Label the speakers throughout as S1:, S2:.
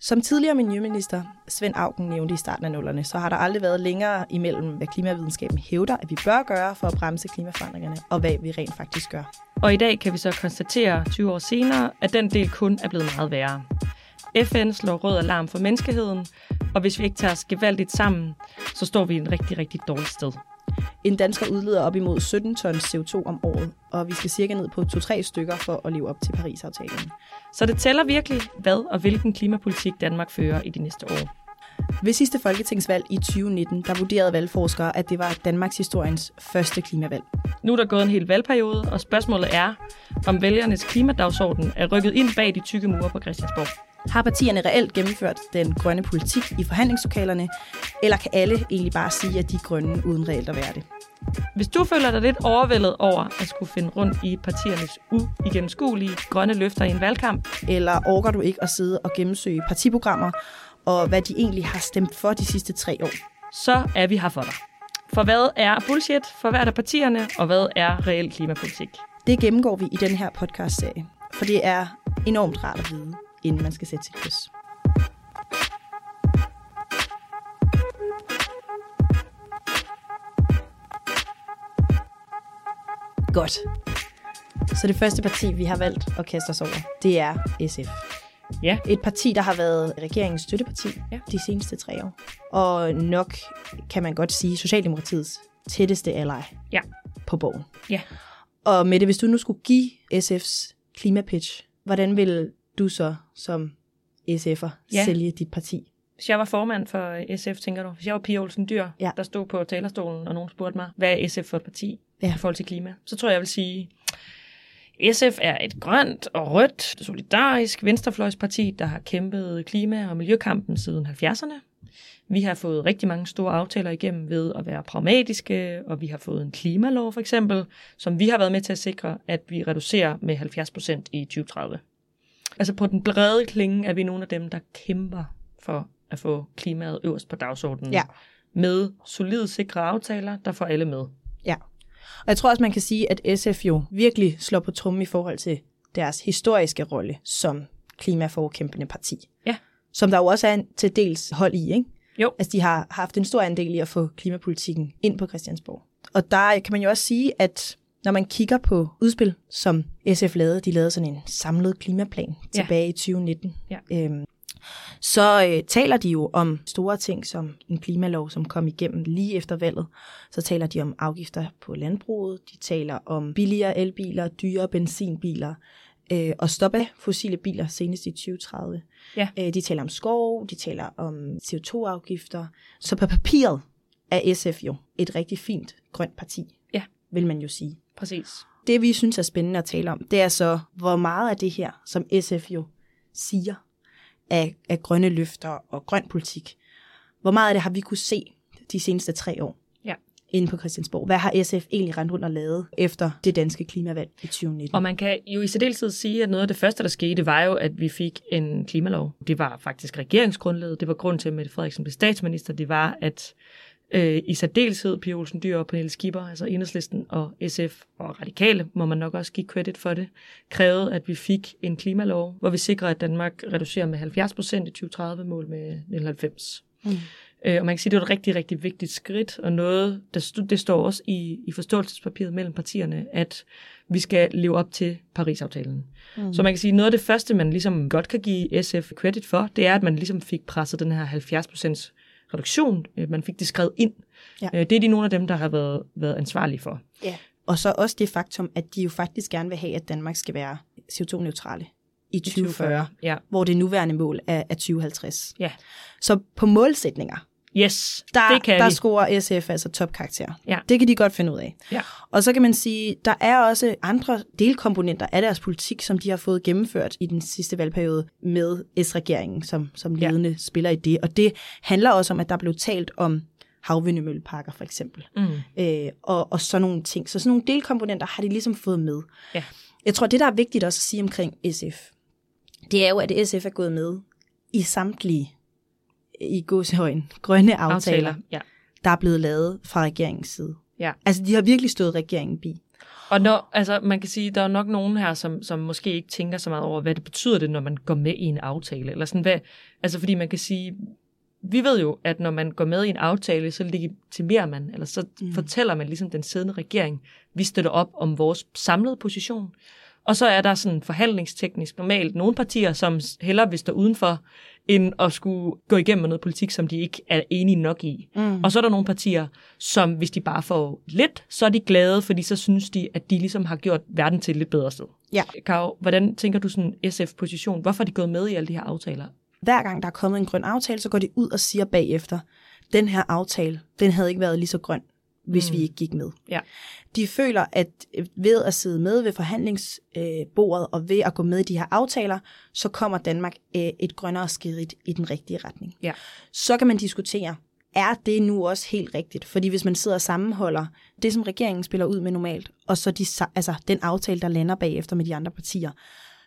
S1: Som tidligere miljøminister Svend Auken nævnte i starten af nullerne, så har der aldrig været længere imellem, hvad klimavidenskaben hævder, at vi bør gøre for at bremse klimaforandringerne, og hvad vi rent faktisk gør.
S2: Og i dag kan vi så konstatere 20 år senere, at den del kun er blevet meget værre. FN slår rød alarm for menneskeheden, og hvis vi ikke tager os gevaldigt sammen, så står vi i en rigtig, rigtig dårlig sted.
S1: En dansker udleder op imod 17 tons CO2 om året, og vi skal cirka ned på 2-3 stykker for at leve op til Paris-aftalen.
S2: Så det tæller virkelig, hvad og hvilken klimapolitik Danmark fører i de næste år.
S1: Ved sidste folketingsvalg i 2019, der vurderede valgforskere, at det var Danmarks historiens første klimavalg.
S2: Nu er der gået en hel valgperiode, og spørgsmålet er, om vælgernes klimadagsorden er rykket ind bag de tykke mure på Christiansborg.
S1: Har partierne reelt gennemført den grønne politik i forhandlingslokalerne, eller kan alle egentlig bare sige, at de er grønne uden reelt at være det?
S2: Hvis du føler dig lidt overvældet over at skulle finde rundt i partiernes uigennemskuelige grønne løfter i en valgkamp,
S1: Eller orker du ikke at sidde og gennemsøge partiprogrammer, og hvad de egentlig har stemt for de sidste tre år?
S2: så er vi her for dig. For hvad er bullshit? For hvad er der partierne? Og hvad er reel klimapolitik?
S1: Det gennemgår vi i den her podcastserie, for det er enormt rart at vide, inden man skal sætte sit kryds. Godt. Så det første parti, vi har valgt at kaste os over, det er SF.
S2: Ja.
S1: Et parti, der har været regeringens støtteparti
S2: Ja.
S1: ja. de seneste tre år. Og nok, kan man godt sige, Socialdemokratiets tætteste ally
S2: Ja.
S1: på bogen.
S2: Ja.
S1: Og Mette, hvis du nu skulle give SF's klimapitch, hvordan vil du så som SF'er
S2: Ja.
S1: ja. sælge dit parti?
S2: Hvis jeg var formand for SF, tænker du, hvis jeg var Pia Olsen Dyr, ja.
S1: Ja.
S2: der stod på talerstolen, og nogen spurgte mig, hvad er SF for et parti ja.
S1: Ja.
S2: i forhold til klima, så tror jeg, jeg vil sige, SF er et grønt og rødt, solidarisk venstrefløjsparti, der har kæmpet klima- og miljøkampen siden 70'erne. Vi har fået rigtig mange store aftaler igennem ved at være pragmatiske, og vi har fået en klimalov for eksempel, som vi har været med til at sikre, at vi reducerer med 70% i 2030. Altså på den brede klinge er vi nogle af dem, der kæmper for at få klimaet øverst på dagsordenen.
S1: Ja.
S2: Med solide, sikre aftaler, der får alle med.
S1: Ja. Og jeg tror også, man kan sige, at SF jo virkelig slår på trummen i forhold til deres historiske rolle som klimaforkæmpende parti.
S2: Ja.
S1: Som der jo også er en, til dels hold i, ikke?
S2: Jo.
S1: Altså, de har haft en stor andel i at få klimapolitikken ind på Christiansborg. Og der kan man jo også sige, at når man kigger på udspil, som SF lavede, de lavede sådan en samlet klimaplan
S2: Ja.
S1: tilbage i 2019,
S2: Ja.
S1: øhm, så øh, taler de jo om store ting som en klimalov, som kom igennem lige efter valget. Så taler de om afgifter på landbruget, de taler om billigere elbiler, dyre benzinbiler, øh, og stoppe af fossile biler senest i 2030.
S2: Ja.
S1: Øh, de taler om skov, de taler om CO2-afgifter. Så på papiret er SF jo et rigtig fint grønt parti,
S2: Ja.
S1: vil man jo sige.
S2: Præcis.
S1: Det vi synes er spændende at tale om, det er så, hvor meget af det her, som SF jo siger, af, af grønne løfter og grøn politik, hvor meget af det har vi kunne se de seneste tre år
S2: Ja.
S1: inde på Christiansborg? Hvad har SF egentlig rendt rundt og lavet efter det danske klimavalg i 2019?
S2: Og man kan jo i særdeleshed sige, at noget af det første, der skete, var jo, at vi fik en klimalov. Det var faktisk regeringsgrundlaget. Det var grund til, at Mette Frederiksen blev statsminister. Det var, at øh, i særdeleshed Pia Olsen Dyr og Pernille Skipper, altså Enhedslisten og SF og Radikale, må man nok også give credit for det, krævede, at vi fik en klimalov, hvor vi sikrer, at Danmark reducerer med 70 procent i 2030-mål med 90.
S1: Mm.
S2: Øh, og man kan sige, at det var et rigtig, rigtig vigtigt skridt, og noget, der st- det står også i, i forståelsespapiret mellem partierne, at vi skal leve op til Paris-aftalen. Mm. Så man kan sige, at noget af det første, man ligesom godt kan give SF credit for, det er, at man ligesom fik presset den her 70% reduktion. Øh, Man fik det skrevet ind. Ja.
S1: Ja.
S2: Det er de nogle af dem, der har været, været ansvarlige for.
S1: Ja. Og så også det faktum, at de jo faktisk gerne vil have, at Danmark skal være CO2-neutrale i 2040,
S2: Ja.
S1: hvor det nuværende mål er, er 2050.
S2: ja.
S1: Så på målsætninger,
S2: Yes,
S1: der,
S2: det kan
S1: der
S2: vi.
S1: scorer SF altså topkarakter.
S2: Ja.
S1: Det kan de godt finde ud af.
S2: Ja.
S1: Og så kan man sige, der er også andre delkomponenter af deres politik, som de har fået gennemført i den sidste valgperiode med S-regeringen som, som
S2: Ja.
S1: ledende ja. spiller i det. Og det handler også om, at der blev talt om havvindemølleparker for eksempel,
S2: Mm.
S1: øh, og, og sådan nogle ting. Så sådan nogle delkomponenter har de ligesom fået med.
S2: Ja.
S1: Jeg tror, det der er vigtigt også at sige omkring SF, det er jo, at SF er gået med i samtlige i gåsehøjen grønne aftaler, aftaler,
S2: Ja.
S1: der er blevet lavet fra regeringens side.
S2: Ja.
S1: Altså, de har virkelig stået regeringen bi.
S2: Og når, altså, man kan sige, der er nok nogen her, som, som måske ikke tænker så meget over, hvad det betyder det, når man går med i en aftale. Eller sådan, hvad, altså, fordi man kan sige, vi ved jo, at når man går med i en aftale, så legitimerer man, eller så mm. fortæller man ligesom den siddende regering, vi støtter op om vores samlede position. Og så er der sådan forhandlingsteknisk normalt nogle partier, som hellere vil stå udenfor, end at skulle gå igennem med noget politik, som de ikke er enige nok i.
S1: Mm.
S2: Og så er der nogle partier, som hvis de bare får lidt, så er de glade, fordi så synes de, at de ligesom har gjort verden til et lidt bedre sted.
S1: Ja.
S2: Karo, hvordan tænker du sådan SF-position? Hvorfor er de gået med i alle de her aftaler?
S1: Hver gang der er kommet en grøn aftale, så går de ud og siger bagefter, den her aftale, den havde ikke været lige så grøn, hvis
S2: Mm.
S1: mm. vi ikke gik med.
S2: Ja.
S1: De føler, at øh, ved at sidde med ved forhandlingsbordet øh, og ved at gå med i de her aftaler, så kommer Danmark øh, et grønnere skridt i den rigtige retning.
S2: Ja.
S1: Så kan man diskutere, er det nu også helt rigtigt? Fordi hvis man sidder og sammenholder det, som regeringen spiller ud med normalt, og så de, sa- altså den aftale, der lander bagefter med de andre partier,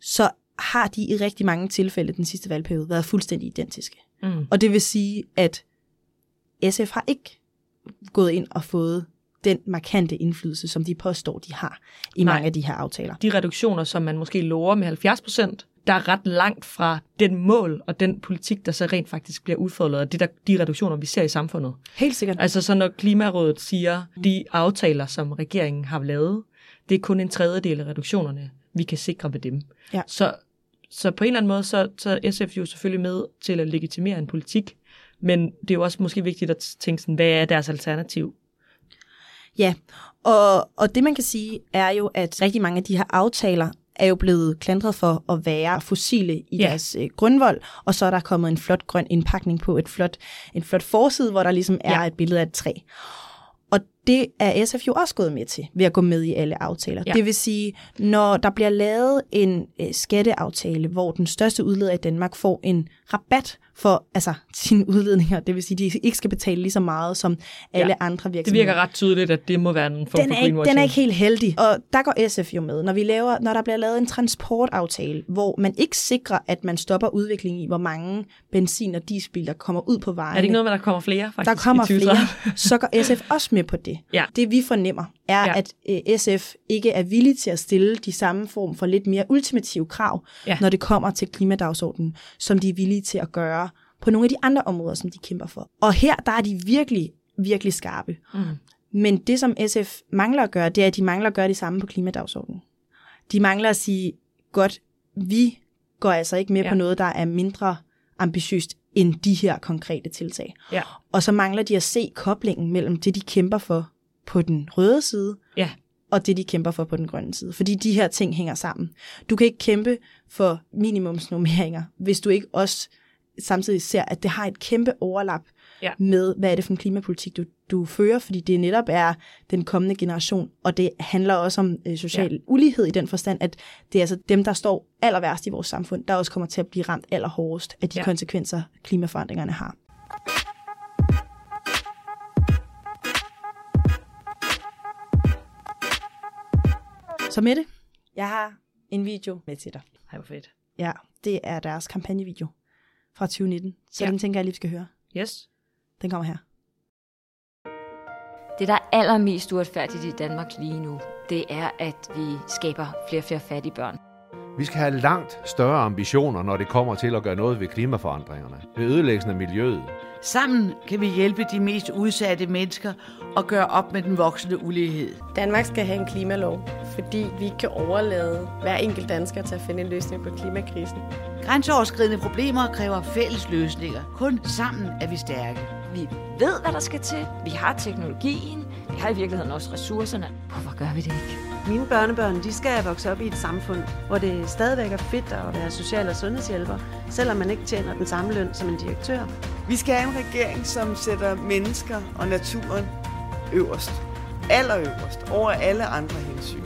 S1: så har de i rigtig mange tilfælde den sidste valgperiode været fuldstændig identiske.
S2: Mm.
S1: Og det vil sige, at SF har ikke gået ind og fået den markante indflydelse, som de påstår, de har i
S2: Nej.
S1: Nej. mange af de her aftaler.
S2: De reduktioner, som man måske lover med 70 procent, der er ret langt fra den mål og den politik, der så rent faktisk bliver udfoldet, og det der, de reduktioner, vi ser i samfundet.
S1: Helt sikkert.
S2: Altså så når Klimarådet siger, de aftaler, som regeringen har lavet, det er kun en tredjedel af reduktionerne, vi kan sikre ved dem.
S1: Ja.
S2: Så, så på en eller anden måde, så, så er SF jo selvfølgelig med til at legitimere en politik, men det er jo også måske vigtigt at tænke sådan, hvad er deres alternativ?
S1: Ja, og, og det man kan sige er jo, at rigtig mange af de her aftaler er jo blevet klandret for at være fossile i
S2: Ja.
S1: ja. deres øh, grundvold, og så er der kommet en flot grøn indpakning på et flot, en flot forside, hvor der ligesom er
S2: Ja.
S1: ja. et billede af et træ. Og det er SF jo også gået med til, ved at gå med i alle aftaler.
S2: Ja.
S1: Ja. Det vil sige, når der bliver lavet en øh, skatteaftale, hvor den største udleder i Danmark får en rabat for altså, sine udledninger, det vil sige, at de ikke skal betale lige så meget som alle
S2: Ja.
S1: ja. andre virksomheder
S2: Det virker ret tydeligt, at det må være en form
S1: den
S2: for
S1: er, ikke, den
S2: greenwashing.
S1: er ikke helt heldig. Og der går SF jo med. Når, vi laver, når der bliver lavet en transportaftale, hvor man ikke sikrer, at man stopper udviklingen i, hvor mange benzin- og dieselbiler kommer ud på
S2: er
S1: vejen.
S2: det ikke noget med, at der kommer flere faktisk
S1: der kommer
S2: i 2030?
S1: flere, så går SF også med på det.
S2: Ja.
S1: Det vi fornemmer er,
S2: Ja.
S1: ja. at øh, SF ikke er villig til at stille de samme form for lidt mere ultimative krav,
S2: Ja.
S1: når det kommer til klimadagsordenen, som de er villige til at gøre på nogle af de andre områder, som de kæmper for. Og her, der er de virkelig, virkelig skarpe.
S2: Mm.
S1: Men det, som SF mangler at gøre, det er, at de mangler at gøre det samme på klimadagsordenen. De mangler at sige, godt, vi går altså ikke med
S2: Ja.
S1: ja. på noget, der er mindre ambitiøst end de her konkrete tiltag.
S2: Ja.
S1: Og så mangler de at se koblingen mellem det, de kæmper for på den røde side,
S2: Ja.
S1: og det, de kæmper for på den grønne side. Fordi de her ting hænger sammen. Du kan ikke kæmpe for minimumsnormeringer, hvis du ikke også samtidig ser, at det har et kæmpe overlap
S2: Ja.
S1: med, hvad er det for en klimapolitik, du, du fører, fordi det netop er den kommende generation, og det handler også om øh, social ja. ulighed i den forstand, at det er altså dem, der står aller værst i vores samfund, der også kommer til at blive ramt allerhårdest af de
S2: Ja.
S1: ja. konsekvenser, klimaforandringerne har. Så med det, jeg har en video med til dig.
S2: Ej, hvor fedt.
S1: Ja, det er deres kampagnevideo fra 2019, så
S2: Ja.
S1: ja. den tænker jeg lige, vi skal høre.
S2: Yes.
S1: Den kommer her.
S3: Det, der er allermest uretfærdigt i Danmark lige nu, det er, at vi skaber flere og flere fattige børn.
S4: Vi skal have langt større ambitioner, når det kommer til at gøre noget ved klimaforandringerne, ved ødelæggelsen af miljøet.
S5: Sammen kan vi hjælpe de mest udsatte mennesker og gøre op med den voksende ulighed.
S6: Danmark skal have en klimalov, fordi vi ikke kan overlade hver enkelt dansker til at finde en løsning på klimakrisen.
S5: Grænseoverskridende problemer kræver fælles løsninger. Kun sammen er vi stærke.
S3: Vi ved, hvad der skal til. Vi har teknologien. Vi har i virkeligheden også ressourcerne. Hvorfor gør vi det ikke?
S7: Mine børnebørn, de skal vokse op i et samfund, hvor det stadigvæk er fedt at være social- og sundhedshjælper, selvom man ikke tjener den samme løn som en direktør.
S8: Vi skal have en regering, som sætter mennesker og naturen øverst. Allerøverst. Over alle andre hensyn.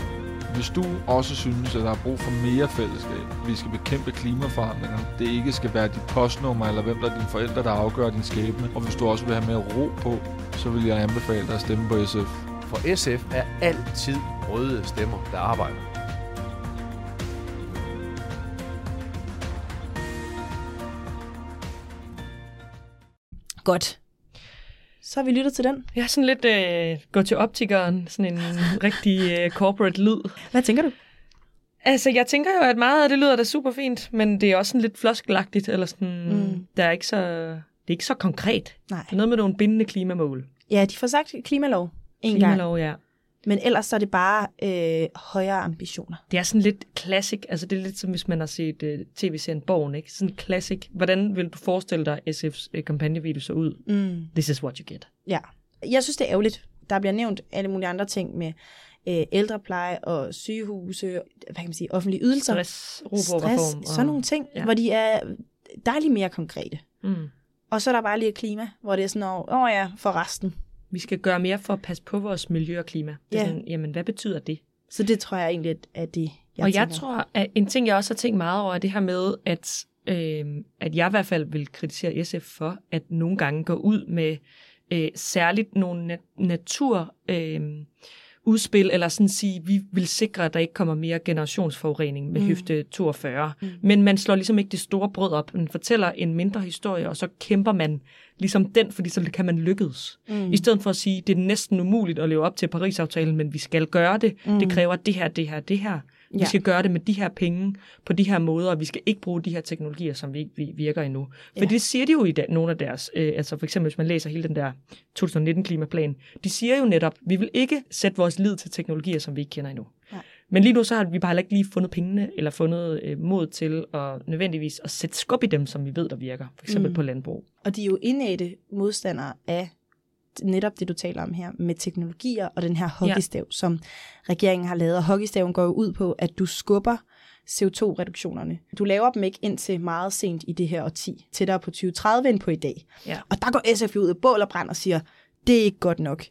S9: Hvis du også synes, at der er brug for mere fællesskab, vi skal bekæmpe klimaforandringer, det ikke skal være dit postnummer eller hvem der er dine forældre, der afgør din skæbne, og hvis du også vil have mere ro på, så vil jeg anbefale dig at stemme på SF.
S4: For SF er altid røde stemmer, der arbejder.
S1: Godt. så har vi lyttet til den.
S2: Jeg er sådan lidt øh, gå til optikeren, sådan en rigtig øh, corporate lyd.
S1: Hvad tænker du?
S2: Altså, jeg tænker jo, at meget af det lyder da super fint, men det er også sådan lidt floskelagtigt, eller sådan,
S1: Mm.
S2: mm. der er ikke så, det er ikke så konkret. Det
S1: Nej.
S2: er noget med nogle bindende klimamål.
S1: Ja, de får sagt klimalov en gang.
S2: Klimalov, ja.
S1: Men ellers så er det bare øh, højere ambitioner.
S2: Det er sådan lidt classic, altså det er lidt som hvis man har set uh, tv-serien Borgen, ikke? Sådan classic. Hvordan vil du forestille dig SF's uh, kampagnevideo så ud?
S1: Mm.
S2: This is what you get.
S1: Ja. Jeg synes, det er ærgerligt. Der bliver nævnt alle mulige andre ting med øh, ældrepleje og sygehuse, hvad kan man sige, offentlige ydelser,
S2: Stress, ro på
S1: stress
S2: reform.
S1: sådan nogle ting, ja.
S2: Ja.
S1: hvor de er dejligt mere konkrete.
S2: Mm.
S1: Og så er der bare lige et klima, hvor det er sådan, åh åh ja, for resten.
S2: Vi skal gøre mere for at passe på vores miljø og klima. Det er
S1: Ja.
S2: sådan, jamen, hvad betyder det?
S1: Så det tror jeg egentlig, at- at det, jeg
S2: Jeg og
S1: tænker.
S2: jeg tror, at en ting, jeg også har tænkt meget over, er det her med, at, øh, at jeg i hvert fald vil kritisere SF for, at nogle gange gå ud med øh, særligt nogle na- natur... Øh, udspil, eller sådan sige, vi vil sikre, at der ikke kommer mere generationsforurening med
S1: Mm.
S2: mm. høfte 42. Mm. Men man slår ligesom ikke det store brød op. Man fortæller en mindre historie, og så kæmper man ligesom den, fordi så kan man lykkes. Mm. I stedet for at sige, det er næsten umuligt at leve op til Paris-aftalen, men vi skal gøre det. Mm. Det kræver det her, det her, det her. Vi
S1: Ja.
S2: skal gøre det med de her penge, på de her måder, og vi skal ikke bruge de her teknologier, som vi ikke vi- virker endnu. For
S1: Ja.
S2: ja. det siger de jo i da, nogle af deres, øh, altså for eksempel hvis man læser hele den der 2019-klimaplan, de siger jo netop, vi vil ikke sætte vores lid til teknologier, som vi ikke kender endnu.
S1: Nej.
S2: Men lige nu så har vi bare heller ikke lige fundet pengene, eller fundet øh, mod til at nødvendigvis at sætte skub i dem, som vi ved, der virker. For eksempel
S1: Mm.
S2: mm. på landbrug.
S1: Og de er jo indædte modstandere af netop det, du taler om her, med teknologier og den her hockeystav, ja. som regeringen har lavet. Og hockeystaven går jo ud på, at du skubber CO2-reduktionerne. Du laver dem ikke indtil meget sent i det her årti, tættere på 2030 end på i dag.
S2: Ja.
S1: Og der går SF jo ud af bål og brand og siger, det er ikke godt nok.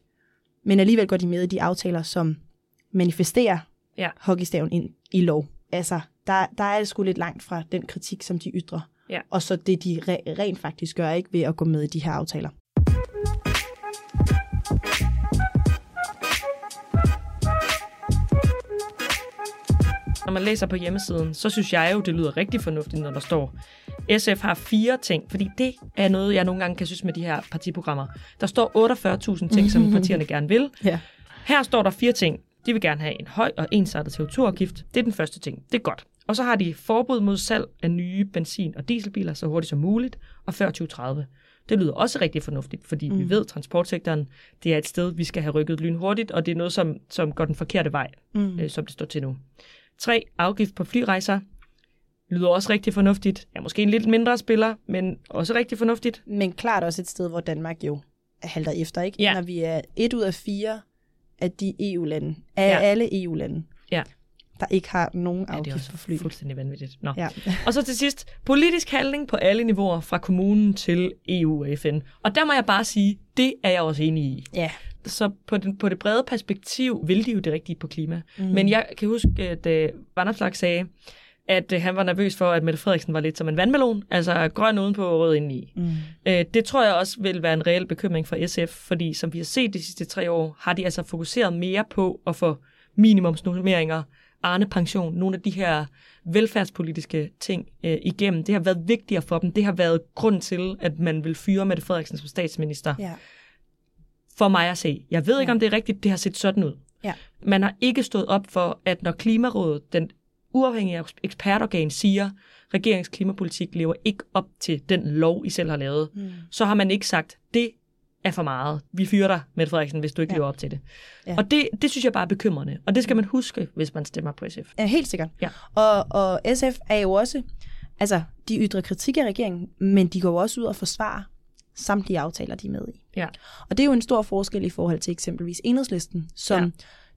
S1: Men alligevel går de med i de aftaler, som manifesterer
S2: Ja.
S1: hockeystaven ind i lov. Altså, der, der er det sgu lidt langt fra den kritik, som de ytrer og så det, de re- rent faktisk gør, ikke ved at gå med i de her aftaler.
S2: Når man læser på hjemmesiden, så synes jeg jo, det lyder rigtig fornuftigt, når der står, SF har fire ting, fordi det er noget, jeg nogle gange kan synes med de her partiprogrammer. Der står 48.000 ting, som partierne gerne vil.
S1: Ja.
S2: Her står der fire ting. De vil gerne have en høj og ensartet CO2-afgift. Det er den første ting. Det er godt. Og så har de forbud mod salg af nye benzin- og dieselbiler så hurtigt som muligt, og før 2030. Det lyder også rigtig fornuftigt, fordi mm. vi ved, at transportsektoren det er et sted, vi skal have rykket lynhurtigt, og det er noget, som, som går den forkerte vej, mm. øh, som det står til nu. 3. Afgift på flyrejser. Lyder også rigtig fornuftigt. Ja, måske en lidt mindre spiller, men også rigtig fornuftigt.
S1: Men klart også et sted, hvor Danmark jo halter efter, ikke?
S2: Ja.
S1: Når vi er et ud af fire af de EU-lande, af ja.
S2: Ja.
S1: alle EU-lande,
S2: Ja.
S1: der ikke har nogen
S2: Ja, det er
S1: afgift
S2: også
S1: for fly.
S2: fuldstændig vanvittigt. Nå.
S1: Ja.
S2: Og så til sidst, politisk handling på alle niveauer, fra kommunen til EU og FN. Og der må jeg bare sige, det er jeg også enig i.
S1: ja.
S2: Så på, den, på det brede perspektiv vil de jo det rigtige på klima. Mm. Men jeg kan huske, at øh, Vanderslag sagde, at øh, han var nervøs for, at Mette Frederiksen var lidt som en vandmelon, altså grøn udenpå og rød indeni. Mm. Øh, det tror jeg også vil være en reel bekymring for SF, fordi som vi har set de sidste tre år, har de altså fokuseret mere på at få minimumsnormeringer, Arne pension, nogle af de her velfærdspolitiske ting øh, igennem. Det har været vigtigere for dem. Det har været grund til, at man vil fyre Mette Frederiksen som statsminister
S1: ja.
S2: for mig at se. Jeg ved ikke, om det er rigtigt, det har set sådan ud.
S1: Ja.
S2: Man har ikke stået op for, at når Klimarådet, den uafhængige ekspertorgan, siger, regeringens klimapolitik lever ikke op til den lov, I selv har lavet, mm. så har man ikke sagt, det er for meget. Vi fyrer dig, Mette Frederiksen, hvis du ikke
S1: Ja.
S2: ja. lever op til det.
S1: Ja.
S2: Ja. Og det, det synes jeg bare er bekymrende. Og det skal man huske, hvis man stemmer på SF.
S1: Ja, helt sikkert.
S2: Ja.
S1: Og, og SF er jo også, altså, de ytrer kritik af regeringen, men de går jo også ud og forsvarer samtlige aftaler, de er med i.
S2: Ja.
S1: Og det er jo en stor forskel i forhold til eksempelvis enhedslisten, som ja.
S2: Ja.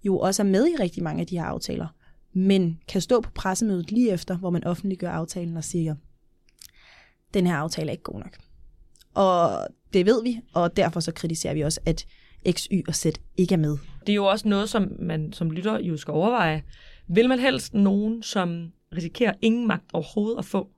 S1: jo også er med i rigtig mange af de her aftaler, men kan stå på pressemødet lige efter, hvor man offentliggør aftalen og siger, den her aftale er ikke god nok. Og det ved vi, og derfor så kritiserer vi også, at X, Y og Z ikke er med.
S2: Det er jo også noget, som man som lytter jo skal overveje. Vil man helst nogen, som risikerer ingen magt overhovedet at få?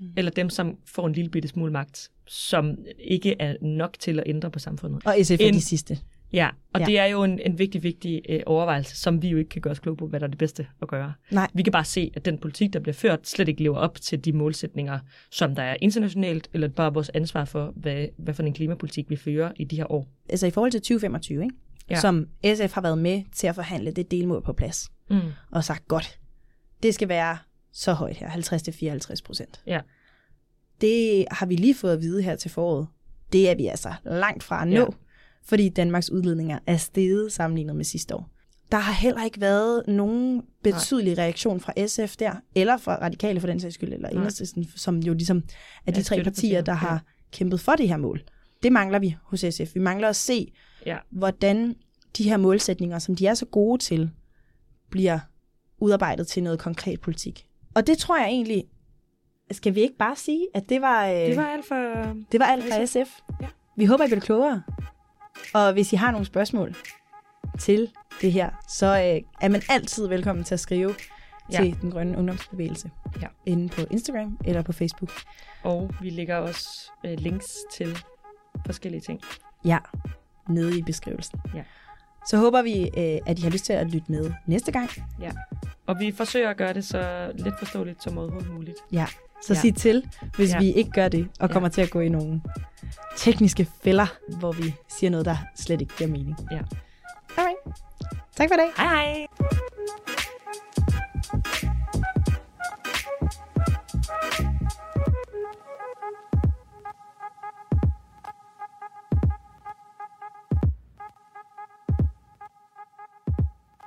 S2: Mm. Eller dem, som får en lille bitte smule magt, som ikke er nok til at ændre på samfundet?
S1: Og SF er
S2: En-
S1: de sidste.
S2: Ja,
S1: Ja.
S2: og ja. det er jo en, en vigtig, vigtig øh, overvejelse, som vi jo ikke kan gøre os klog på, hvad der er det bedste at gøre.
S1: Nej.
S2: Vi kan bare se, at den politik, der bliver ført, slet ikke lever op til de målsætninger, som der er internationalt, eller bare vores ansvar for, hvad, hvad for en klimapolitik vi fører i de her år.
S1: Altså i forhold til 2025, ikke?
S2: Ja.
S1: Ja. som SF har været med til at forhandle det delmål på plads,
S2: Mm.
S1: og sagt, godt, det skal være så højt her, 50-54 procent.
S2: Ja.
S1: Det har vi lige fået at vide her til foråret. Det er vi altså langt fra at nå,
S2: Ja.
S1: ja. fordi Danmarks udledninger er steget sammenlignet med sidste år. Der har heller ikke været nogen betydelig Nej. reaktion fra SF der, eller fra Radikale for den sags skyld, eller
S2: Nej.
S1: Enhedslisten, som jo ligesom er de
S2: Ja,
S1: tre partier,
S2: støttepartier,
S1: der har
S2: ja.
S1: kæmpet for det her mål. Det mangler vi hos SF. Vi mangler at se,
S2: Ja.
S1: hvordan de her målsætninger, som de er så gode til, bliver udarbejdet til noget konkret politik. Og det tror jeg egentlig, skal vi ikke bare sige, at det var, øh,
S2: Det var alt for...
S1: det var alt fra SF.
S2: Ja.
S1: Vi håber, I bliver klogere. Og hvis I har nogle spørgsmål til det her, så øh, er man altid velkommen til at skrive
S2: Ja.
S1: ja. til Den Grønne Ungdomsbevægelse
S2: Ja.
S1: inde på Instagram eller på Facebook.
S2: Og vi lægger også øh, links til forskellige ting.
S1: Ja, nede i beskrivelsen.
S2: Ja.
S1: Så håber vi, øh, at I har lyst til at lytte med næste gang.
S2: Og vi forsøger at gøre det så let forståeligt som overhovedet muligt.
S1: Ja, så
S2: Ja.
S1: ja. sig til, hvis
S2: Ja.
S1: ja. vi ikke gør det, og kommer ja. til at gå i nogle tekniske fælder, hvor vi siger noget, der slet ikke giver mening.
S2: Ja.
S1: Alright. Tak for i dag.
S2: Hej hej!